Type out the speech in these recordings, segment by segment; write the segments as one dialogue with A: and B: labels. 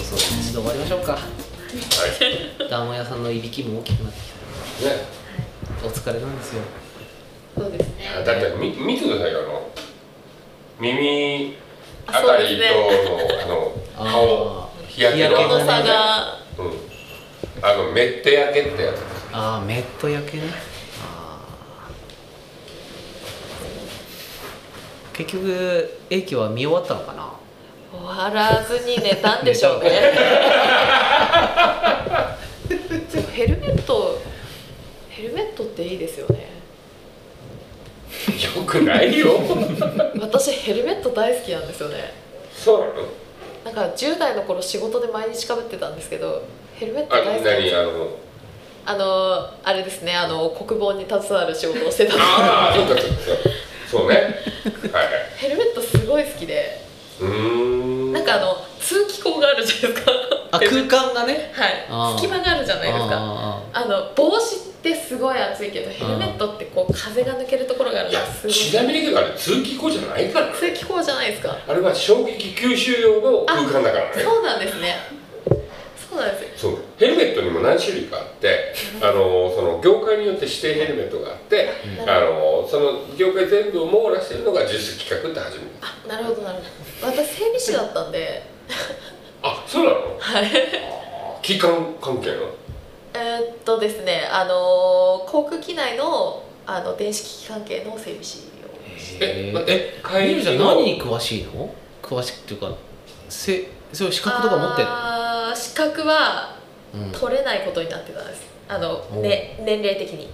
A: ましょうか
B: はい
A: ダーマ屋さんのいびきも大きくなってき
B: ね
A: たお疲れなんですよ
C: そうですね
B: だってみ見てくださいよあの耳あ
C: あそ
B: た
C: うで
B: りと
C: すね
B: のあの顔
A: あー
B: 日焼け
A: 日
C: こ
A: 焼
C: の
A: け
B: の
C: 差が
B: うんあのメッテ焼けってやつ
A: ああメット焼けねあー結局英気は見終わったのかな
C: 終わらずに寝たんでしょうね でもヘルメットヘルメットっていいですよね
B: よくないよ
C: 私ヘルメット大好きなんですよね
B: そうなの
C: なんか10代の頃仕事で毎日かぶってたんですけどヘルメット
B: あ
C: 大好きなんで
B: 何
C: す
B: あ
C: よ
B: の
C: あのあれですねあの国防に携わる仕事をしてたんです
B: ああそうかそうかそうねはいはい
C: けどヘルメットすごい好きで
B: うーん
C: なんかあの通気口があるじゃないですか
A: あ空間がね
C: は
A: あー
C: い隙間があるじゃないですか
A: あ
C: あの帽子ってすごい暑いけどヘルメットってこう風が抜けるところがある
B: い
C: の
B: や
C: がすごい
B: ちなみにだから通気口じゃないからね
C: 通気口じゃないですか
B: あれは衝撃吸収用の空間だからね
C: そうなんですねそうなんですよ
B: そうヘルメットにも何種類かあってあのその業界によって指定ヘルメットがあって
C: うん
B: あのその業界全部を網羅してるのがジュース企画って初めて
C: あなるほどなるほど私整備士だったんで
B: あそうなのはい機関関係の
C: えーっとですねあのー航空機内のあの電子機器関係の整備士を
B: えま
A: え
B: え
A: ミ
B: 帰
A: ル
B: り
A: ちゃん
B: の
A: 何に詳しいの詳しくっていうかせそういう資格とか持ってんの
C: あー資格は
A: うん、へ
C: 取れないことになってたんですあの、
A: おう
C: ね、年齢的に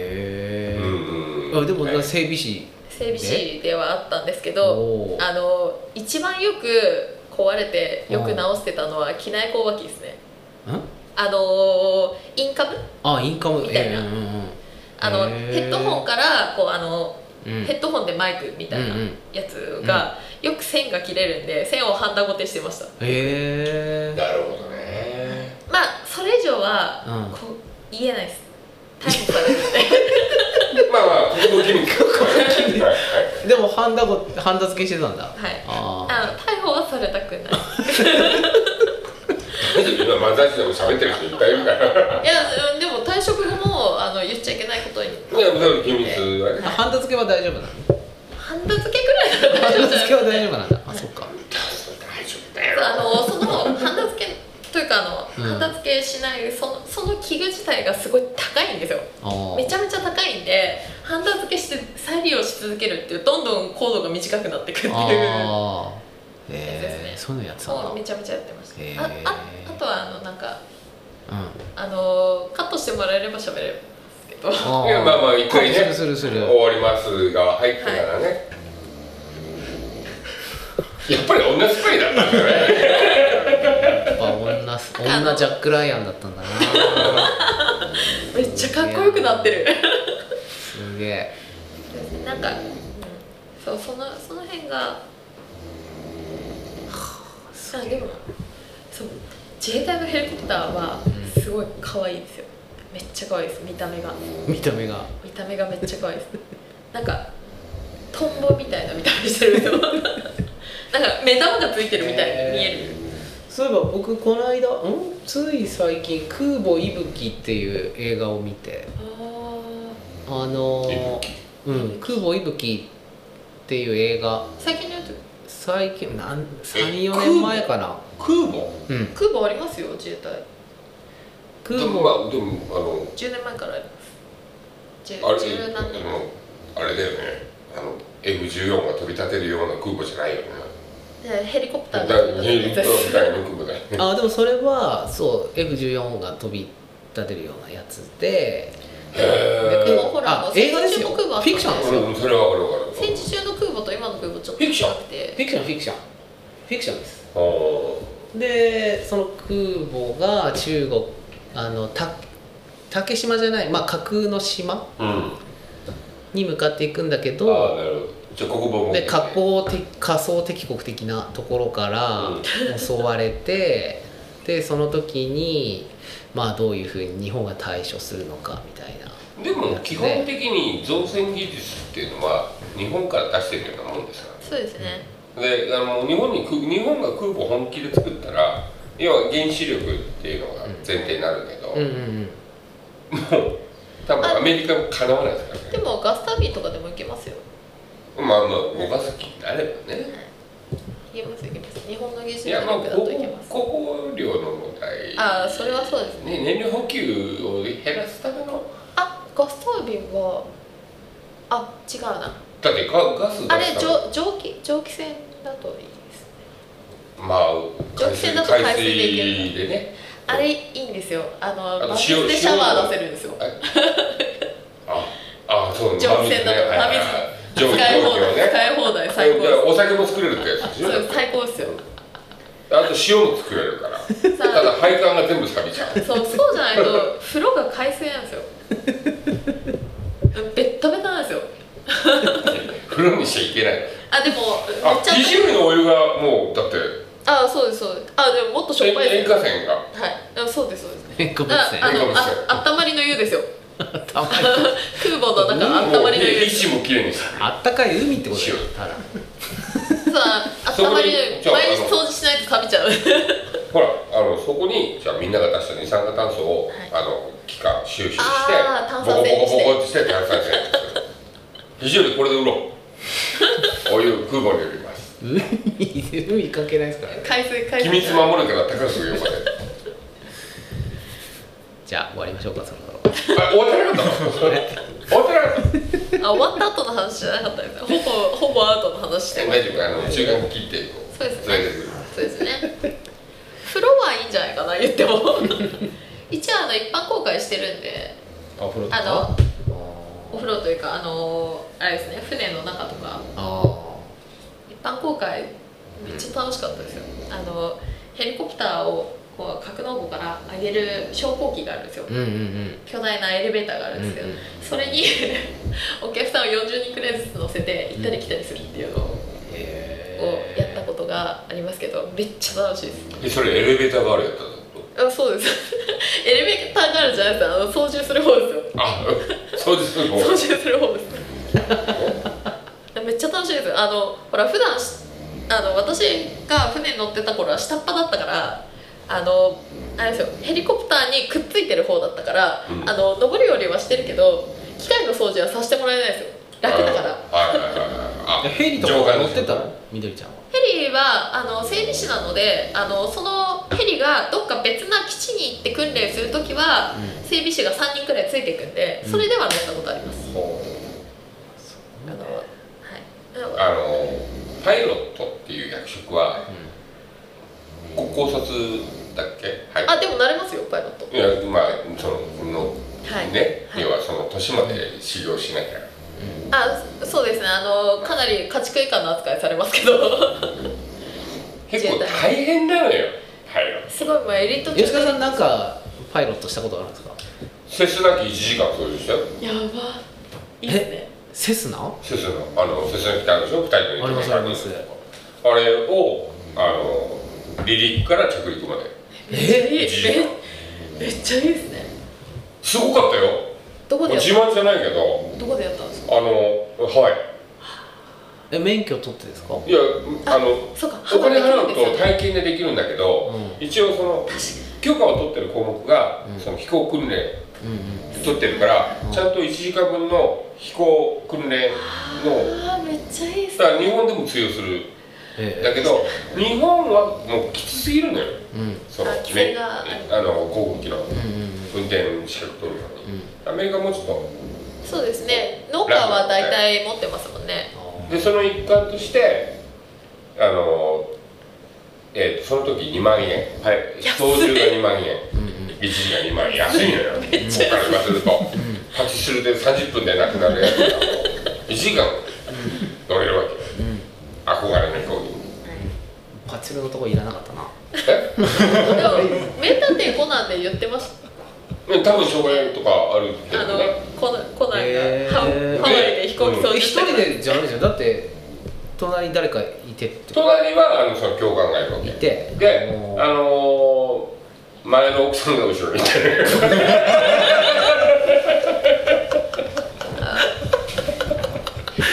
A: え
B: う、んうん
A: あでも、
B: ね
A: 整備士
C: 整備士ではあったんですけど
A: おー
C: あの一番よく壊れてよく直してたのは機内工脇ですね
A: ん
C: あのインカム
A: あインカム
C: みたい
A: え
C: な
A: ーうんうんうん
C: あの
A: へー
C: ヘッドホンからこうあの
A: うん
C: ヘッドホンでマイクみたいな
A: うんうん
C: やつが、よく線が切れるんで線をハンダごてしてました
A: へえ
B: なるほどね
C: まあそれ以上は、
A: うん
C: こう言えないです逮捕されるんで
B: まあまあここの君かはいはい
A: でもハンダごハンダ付けしてたんだ
C: はい
A: あー
C: あの逮捕はされたくない
B: 今漫才師でも喋ってる人いっぱいいるから。
C: いやうんでも退職後もあの言っちゃいけないことに
B: いや、多分秘密はね。
A: ハンダ付けは大丈夫なの
C: ハンダ付けくらいなら
A: ハ
C: 大丈
A: ンダ
C: 夫じ
A: 付
C: ゃない
A: けは大丈夫なんだあそっか
B: 大丈夫だ
C: あのそのハンダ付けというかあの、
A: うん
C: ハンダ付けしないそのその器具自体がすごい高いんですよ
A: あ
C: めちゃめちゃ高いんでハンダ付けして再利用し続けるっていうどんどんコードが短くなってくっていう
A: あー
C: です
A: へ
C: ね
A: えそういうのやってたんだ
C: そうめちゃめちゃやってました
A: へー
C: あああとはあのなんか
A: うん
C: あのカットしてもらえれば喋れるんですけどはい
A: あー
B: いやまあまあ一回ね
A: するするする
B: 終わりますが入ってからね。やっぱり同じ回だったんだね。
A: やっぱ女す女ジャック・ライアンだったんだな
C: めっちゃかっこよくなってる
A: すげえ
C: なんか、うん、そうそのその辺があでもそう自衛隊のヘリコプターは
A: うん
C: すごい可愛いですよめっちゃ可愛いです見た目が
A: 見た目が
C: 見た目がめっちゃ可愛いですなんかトンボみたいな見た目してるんですよ なんか目玉がついてるみたいに見える、
A: そういえば僕この間んつい最近「空母息吹」っていう映画を見て
C: あ
A: あのー
B: 息
A: うん、空母息吹っていう映画
C: あ最近のやつ
A: 最近なん
B: え
A: 34年前かな
B: 空母。
A: うん
C: 空母ありますよ自衛隊
A: 空
B: でも
A: 母
B: まあでも
C: 10年前からありますじゅ
B: あのあれ
C: 十何年前
B: あれだよね。あの F14 が飛び立てるような空母じゃないよね。
C: でヘリコプタ
B: だ
C: ー
B: からヘリコプ ターみたいな空母だよね。
A: あでもそれはそう F14 が飛び立てるようなやつで
B: へ
C: で
B: ー
C: もほら
A: あ映画ですよ
C: 戦時中の空母あったん
A: フィクションですよ
B: うんそれはわかるわか
C: 戦
B: る。
C: 時中の空母と今の空母ちょっ
B: フ
C: と
B: ィクション
C: 違くて
A: フィクションフィクションフィクションです
B: あー
A: でその空母が中国あのた竹島じゃない、まあ、架空の島
B: うん。
A: に向かっていくんだけ
B: ああ
A: ど
B: なるほど。じゃあ国防も。
A: で加工的仮想敵国的なところから襲われて、でその時にまあどういうふうに日本が対処するのかみたいな
B: でも基本的に造船技術っていうのは日本から出してるようなもんですか
C: そうですね
B: らであの日本に空日本が空母本気で作ったら要は原子力っていうのが前提になるけど、
A: うんうんうん
B: もう多分アメリカもかなわないですから
C: で
B: ね
C: もガスタービンとかでもいけますよ
B: まあまあ5月期になればね
C: いけますいけます日本の技術
B: いやまあ
C: 力だ
B: 高
C: とい
B: 校
C: けます
B: 高校量の問題
C: ああそれはそうですね
B: ね、燃料補給を減らすための
C: あガスタービンはあ違うな
B: だってガガス出した
C: あれ蒸蒸気蒸気船だといいですね
B: まあ海
C: 直線
B: 水
C: だと
B: 海
C: 海水でいける
B: 水でね
C: あれいいんですよあの
B: あと
C: バ
B: 塩
C: ケツでシャワー出せるんですよ
B: ああそう
C: 蒸気船だと
B: はいはいはい
C: 使
B: 蒸気
C: い放
B: 蒸
C: 題、
B: 気をね
C: 使い放題最高です
B: お酒も作れるってやつでし
C: そ
B: ょ
C: うです最高ですよ
B: あと塩も作れるから
C: さ
B: ただ配管が全部錆びちゃう
C: あそうそうじゃないと風呂が海水な んですよベッタベタなんですよ
B: 風呂にしちゃいけない
C: あでもめっ
B: あ
C: ちゃ
B: 二種類のお湯がもうだって
C: あそうですそうですあでももっとしょっ
B: 塩
C: ぱいです
B: 塩
C: よ
B: 化泉が
C: はいあそうですそうです
A: えごめん
C: だ
A: な
C: か
A: さい
C: らあの
B: ごめんなさい
C: あったまりの湯ですよ
A: たまに
C: 空母の中あったまりの湯
B: もう
C: で
B: 位
C: す
B: 置も綺麗にして
A: あったかい海って ことだよただ
C: そうあったまり
B: そこ
C: の
B: にじゃ
C: 湯
B: あ
C: 毎日掃除しないと食べちゃう
B: ほらあのそこにじゃあみんなが出した二酸化炭素を、
C: は
B: あ
C: い
B: の期間収集して
C: あー炭
B: ボコボ
C: 酸泉に
B: コ
C: して
B: ボコってして炭酸泉にする非常にこれで売ろ うお湯空母に売ります
A: 海海関係ないですからね
C: 海水海
B: 機
C: 水
B: 密守るから高く言うまで
A: じゃあ終わりましょうかそろそろ
B: あ終わってなかったの終わってなかった
C: あ終わった後の話じゃなかったですねほ ぼほぼアウトの話してます
B: 大丈夫あの中間切ってこう
C: そうです
B: 連
C: ね
B: れてくる
C: そうですね風呂はいいんじゃないかな言っ ても一応あの一般公開してるんで
A: あお風呂と
C: あの
A: か
C: お風呂というかあのあれですね船の中とか
A: あ
C: 一般公開めっちゃ楽しかったですよあのヘリコプターをこう格納庫から上げる昇降機があるんですよ
A: ーうんうんうん
C: 巨大なエレベーターがあるんですけど、
A: うんうん
C: それに お客さんを40人くらいずつ乗せて行ったり来たりするっていうのを
A: へ
C: やったことがありますけどめっちゃ楽しいです
B: でそれエレベーターがあるやったの
C: あそうです エレベーターがあるじゃないですかあの操縦する方ですよ
B: あそうですもう
C: 操縦する方ですめっちゃ楽しいですよあのほら普段しあの私が船に乗ってた頃は下っ端だったからあのあれですよヘリコプターにくっついてる方だったから、
B: うん
C: あの登るよりはしてるけど機械の掃除はさせてもらえないですよ楽だから
B: はいはいはいはいあ
A: ヘリとか
B: 上官
A: 乗
B: の
A: っ
B: 人
A: てたのみどりちゃんは
C: ヘリはあの整備士なのであのそのヘリがどっか別な基地に行って訓練する時は、
A: うん
C: 整備士が3人くらいついていくんでそれでは乗ったことあります、あのはいだから
B: あのパイロットっていう役職はこ高卒だっけはい
C: あでも慣れますよパイロット
B: いやまあそのの、
C: はい
B: ね、
C: はい
B: 要はその年まで修行しなきゃ
C: あそうですねあのかなり家畜以下の扱いされますけど
B: 結構大変なのよパイロット
C: すごいまあエリート
A: 吉川さんなんかパイロットしたことあるんですか
B: セスナ機1時間操縦したよ
C: やばいいですね
A: セスナ
B: セスナあのセスナ機ってあるでしょ2人乗りとか
A: ありますあります
B: あれをあの離陸から着陸まで
C: め
A: え
C: っちゃいいめめっちゃいいですね
B: すごかったよ
C: どこでやっ
B: 自慢じゃないけど
C: たどこでやったんですか
B: あのはい
A: え免許取ってですか
B: いやあの
C: そうか
B: お金払
C: で
B: う
C: すよ
B: と体験でできるんだけど、
A: う
B: 一応その許可を取ってる項目が、
A: うん
B: その飛行訓練
A: うんうん
B: 取ってるから、
A: うん
B: ちゃんと1時間分の飛行訓練の
C: あーめっちゃいいっす
B: だから日本でも通用するだ
A: え
B: けど日本はもうきつすぎるのよ
A: えうんうん
B: その
C: あ規制が
B: ねあの航空機の
A: うん
B: 運転資格取るのに、
A: うん
B: アメリカもちょっと
C: そうですね農家は大体持ってますもんね
A: あ
B: でその一環としてあの、えーとその時2万円はい
C: 安い
B: 操縦が2万円
A: ーうんうん
B: 1時間2万円安いのよ
C: めっちゃ
B: 僕から言わせるとパチスルで30分でなくなるやつが1時間乗れるわけ
A: うん
B: 憧れの飛行機に
A: パチルのとこいらなかったな
B: え
C: でも「名探偵コナン」で言ってました
B: うん 多分障害とかあるけ
C: あ
B: ど
C: の
B: ね
C: コナンコナンが
A: へー
C: ハワハワイで飛行機操
A: え
C: 縦
A: 一
C: して
A: 人でじゃないじゃんだって隣に誰かいてって
B: 隣はあのその教官がいるわ
A: い
B: け
A: て
B: で
A: もう
B: あのー前の奥さんが後ろにいてる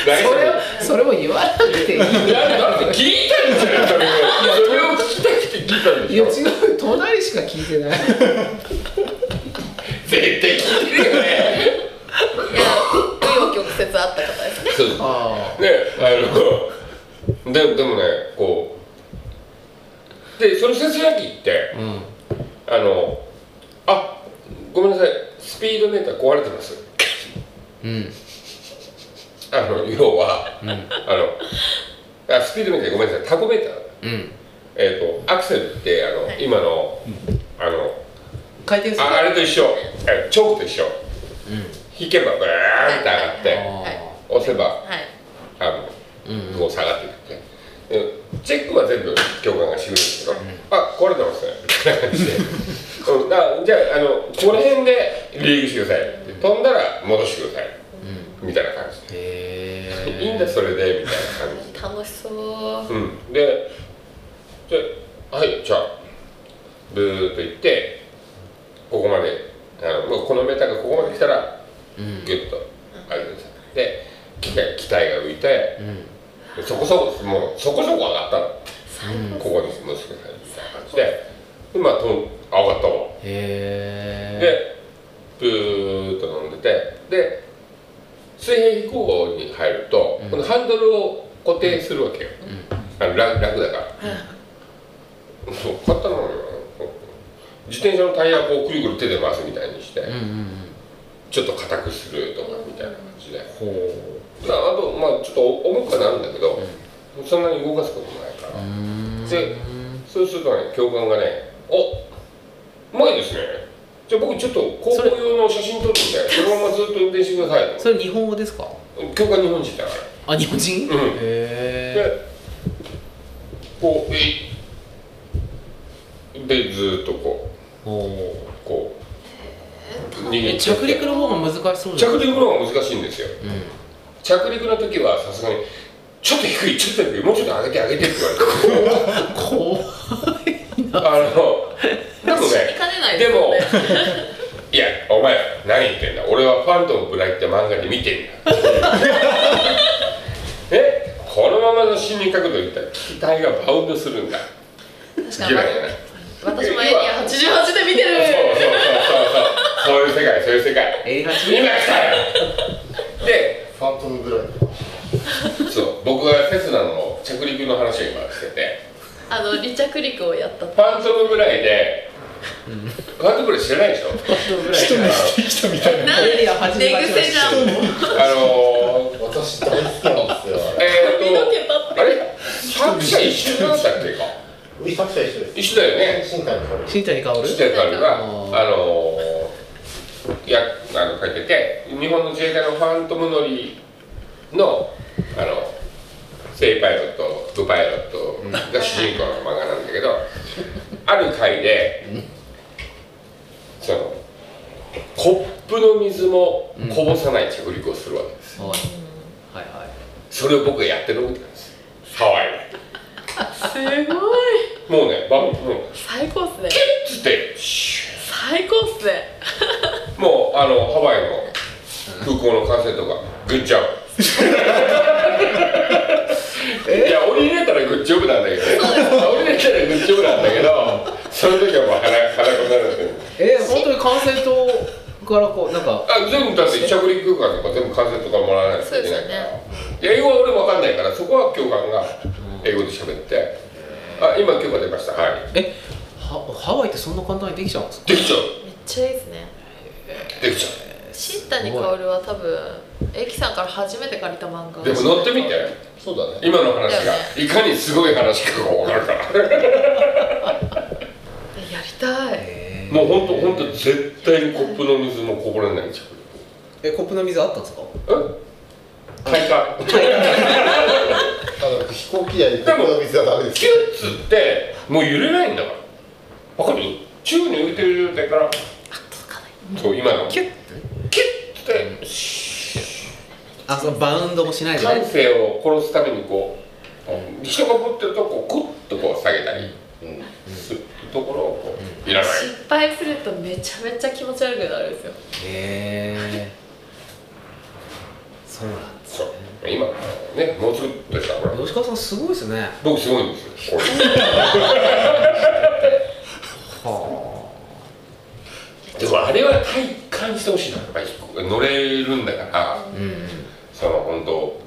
B: 大丈
A: それ
B: 夫
A: それも言わなくていい
B: いやだって聞いたんじゃないそれをそれを聞きたくて聞いたん
A: いや
B: でし
A: 違う隣しか聞いてない
B: 絶対聞いてるよね
C: いや紆余曲折あった方ですね
B: そう
A: あ
B: ねあのででもねこうでそのせすらぎって
A: あうん
B: あのあごめんなさいスピードメーター壊れてます
A: うん
B: あの要は、
A: うん
B: あのあスピードメーターごめんなさいタコメーター
A: うん
B: えっ、とアクセルってあの、
C: はい
B: 今の、あの
A: 回転する
B: ああれと一緒あチョークと一緒
A: う
B: 引けばバーンって上がって、
C: は
A: ん
C: い
B: 押せば
C: はい
B: あ
A: うんうん
B: のもう下がっていくってでチェックは全部教官がしてくれるんですけど、あ壊れてますねみたいな感じでうんあじゃああのこの辺でリーグしてください飛んだら戻してください
A: うん
B: みたいな感じ
A: へえ
B: でいいんだそれでみたいな感じ
C: 楽しそう
B: うん、で「じゃあはいじゃあブーっと行ってここまであのもうこのメーターがここまで来たら
A: うん
B: ギュッと上げてください」で機械機体が浮いて
A: うん
B: でそこそこもうそこそこ上がったの
C: 最高
B: ここに乗せてくださいみたいな感じで今とんあ上がったわ
A: へえ
B: でブーっと飲んでてで水平飛行に入ると、
A: うん
B: このハンドルを固定するわけよ、あの楽楽だから。そう買ったのよ自転車のタイヤをこうくるくる手で回すみたいにして、
A: うんうんうん
B: ちょっと硬くするとかみたいな感じで、
A: ほ
B: であとまあちょっと重くはなるんだけど、そんなに動かすこともないか
A: うう
B: ら、
A: ーん
B: でそうするとね教官がね「おうまいですねじゃあ僕ちょっと高校用の写真撮るんでそのままずっと運転してください
A: それ日本語ですか」
B: 教官日本人だから。
A: あ日本人
B: うん
A: へえ
B: でこう「えい」でずーっとこ
A: ほ
B: う
A: う
B: こう逃
A: え
B: げてって
A: 着陸の方が難しそうじゃ
B: 着
A: ん
B: 陸の方が難しいんですよ着陸の時はさすがに「ちょっと低いちょっと低いもうちょっと上げて上げて」って言われて
A: こ
B: あのでも
C: 死に
B: ね
C: かねない
B: でも
C: ね
B: 「いやお前何言ってんだ俺は「ファントムブライ」って漫画で見てんだえこのままの心理角度いったら機体がバウンドするんだ
C: 確か
B: 嫌い
C: に
B: だね
C: 私もエリア88で見て
B: そうそうそうそ
C: る
B: うそうそういう世界そういう世界
A: う A8
B: 今来たよで
D: ファントムぐらい
B: そう僕がセスナの着陸の話を今してて
C: あの離着陸をやった
B: ファントムぐらいで、ファントムぐらい知らないでしょ
A: ぐらい
B: あ
D: 生きたみたいな
A: エリア88
C: 寝癖じゃん
A: 知
C: も
B: の
C: う
D: 私大好きなんです
B: ー、
D: よ
B: え
C: 髪の
B: ー
C: 毛パッ
B: とあれ作者一緒だったっけか
D: ウィサクサ一緒です
B: 一緒だよね
D: 新海の彼
A: 新谷薫
B: 一緒だったがあ
A: あー
B: のー、いやあの書いてて日本の自衛隊のファントム乗りのあの正パイロット副パイロットが主人公の漫画なんだけ どある回でそのコップの水もこぼさない着陸をするわけです、
A: はいはいはい
B: それを僕がやってるってたんですハワイ
C: すごい
B: でもうねバンもう
C: 最高っすね
B: つってシュー
C: 最高っすね
B: もうあのハワイの空港の管制とかグッジョブいや降りれたらグッジョブなんだけどね降りれたらグッジョブなんだけどその時はもう腹腹くなるんだよ
A: え本当に管制塔からこうなんか
B: あ全部だって着陸空間とか全部管制とかもらわないといけないから、いや英語は俺も分かんないからそこは教官が英語で喋って「あ今許可出ましたはい
A: えはハワイってそんな簡単にできちゃうんですか
B: できちゃう
C: めっちゃいいっすね
B: できちゃ
C: 新谷薫は多分エキさんから初めて借りた漫画
B: うでも乗ってみて
D: そうだね
B: 今の話がいかにすごい話かが分かるから
C: やりたい
A: へー
B: もう本当本当絶対にコップの水もこぼれないじ
A: えコップの水あったんですか
B: ゃん。え？体感。
D: あの飛行機内でコップの水はダメです
B: キュッつってもう揺れないんだから。わかる？宙に浮いてる状態から。そう今の。キュッキュッって
A: あそのバウンドもしないで
B: 感
A: ね
B: 性を殺すためにこう人が持ってるとこうクッとこう下げたり
D: うん
B: するところをこういらない。
C: 失敗するとめちゃめちゃ気持ち悪くなるんですよ
A: へえそうなんです
B: そう
A: ね
B: 今ねもうちょっとしたほら
A: 吉川さんすごいですね
B: 僕すごいんですよ。これ
A: へ
B: 感じてほしいなやっぱり飛行乗れるんだからその本当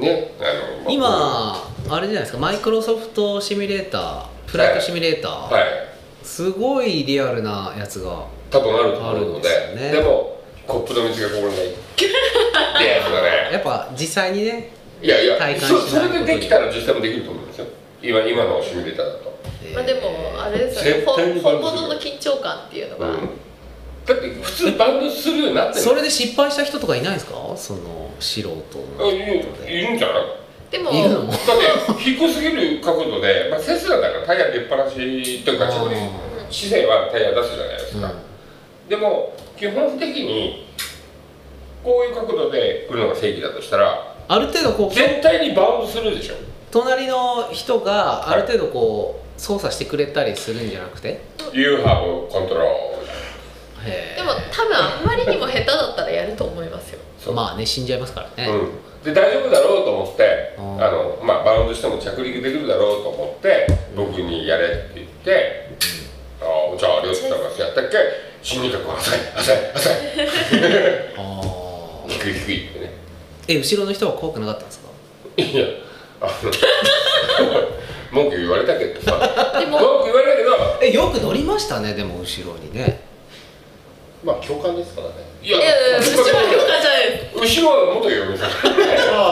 B: ねあの
A: 今あれじゃないですかマイクロソフトシミュレーターフライトシミュレーター、
B: はい
A: すごいリアルなやつが
B: 多分あると思うので
A: あるんですよね
B: でもコップの道がここにないキュッってやつ だね
A: やっぱ実際にね
B: いやい
A: 体
B: や
A: 感し
B: そ
A: ない
B: それでできたら実際もできると思うんですよ今今のシミュレーターだと、
C: まあ、でもあれですよね
B: 絶対に
C: 本
B: バン
C: 本
B: ドする
C: 物の緊張感っていうのが、
B: うんだって普通バンドするようになってる
A: それで失敗した人とかいないんですかその素人の
B: あいるいるんじゃない
C: でも
A: いるの
B: だって低すぎる角度で、まあ、セスラだからタイヤ出っ放しというか
A: あー
B: 姿勢はタイヤ出すじゃないです
A: うん
B: か、でも基本的にこういう角度で来るのが正義だとしたら
A: ある程度こう
B: 絶対にバウンドするでしょ
A: 隣の人がある程度こう操作してくれたりするんじゃなくて
B: You have control
A: へ
C: でも多分あんまりにも下手だったらやると思いますよ
B: そう
A: まあね死んじゃいますからね、
B: うん、で大丈夫だろうと思って
A: う
B: あ
A: ん
B: の、まあ、バウンドしても着陸できるだろうと思って僕にやれって言って「ああじゃあ亮太さんがやったっけ心理学は浅い浅い浅い
A: あー
B: 低い低い」ってね
A: え後ろの人は怖くなかったんですか
B: いやあの文句言われたけどさ
C: で
B: 文
C: も
B: 句言われたけど
A: えよく乗りましたねでも後ろにね
D: まあ共感ですからね
B: い
C: い
B: や
C: やいや後ろ評価じゃないです
B: 後ろは元嫁さん
D: あ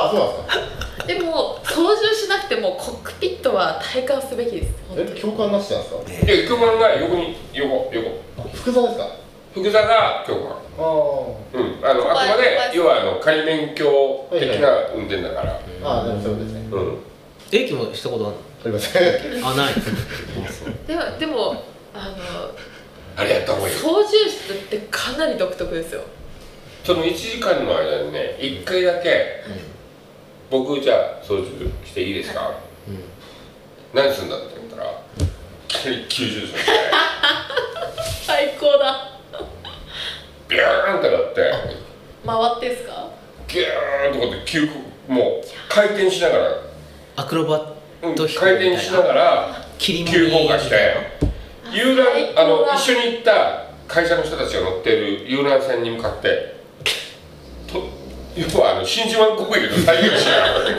D: あそうなんですか
C: でも操縦しなくてもコックピットは体感すべきです本当に
D: え共感なしなんですか
B: いや教官が横に横横
D: 複雑ですか
B: 福座が教官
D: ああ
B: うんあの
C: 怖
B: あ
C: い
B: くまで
C: 怖い
B: 要はあの仮免許的な運転だから、
D: ああでもそういうことですね
B: うん
A: え駅もしたことあ
D: ありません
A: るのあない
C: でもでもあの
B: あれやった方がいい
C: 操縦室ってかなり独特ですよ
B: その1時間の間にね1回だけ「僕じゃあ操縦していいですか
A: うん
B: 何するんだ?」って言ったらいきなり90度して
C: 最高だ
B: ビューンってなって
C: 回ってですか
B: ギューンとこうやって急もう回転しながら、
A: アクロバ
B: う
A: ッ
B: ん
A: ト
B: 回
A: 飛行
B: 転
A: みたい
B: しな
A: な
B: がら
A: 切り
B: 急降下して遊覧
C: 最高だ
B: あの一緒に行った会社の人たちが乗ってる遊覧船に向かってと要はあの真珠湾攻撃の再現しながら。
A: へ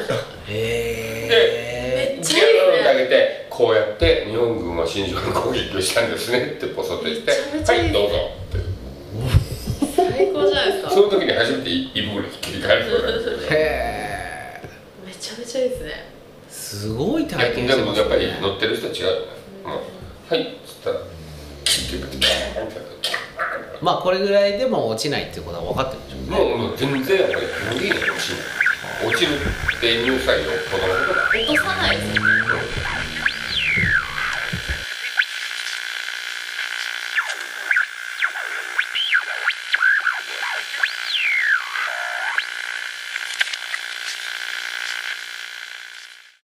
A: え
C: めっ
B: ギ
C: ち
B: ュ
C: ゃい
B: ーンってあ
C: いね
B: げてこうやって日本軍は真珠湾攻撃をしたんですねってポソッと言って「
C: めちゃ
B: は
C: めちゃい
B: い
C: い
B: どうぞ」
C: 最高じゃないですか
B: その時に初めて胃袋に切り替えるようになる
A: へえ
C: めちゃめちゃいいですね
A: すごい
B: いや
A: 体験し
B: で
A: て
B: も
A: ます
B: や
A: ね
B: っぱり乗ってる人は違うよねもうはい」っつったらキュッてキュッてキャーンってやってキャ
A: まあこれぐらいでも落ちないっていうことは分かってるんでしょ
B: ー
A: う
B: ン
A: ね
B: もうもう全然やっぱり無理だよ落ちない落ちるってニュースはよっぽどのことだ
C: 落とさないですね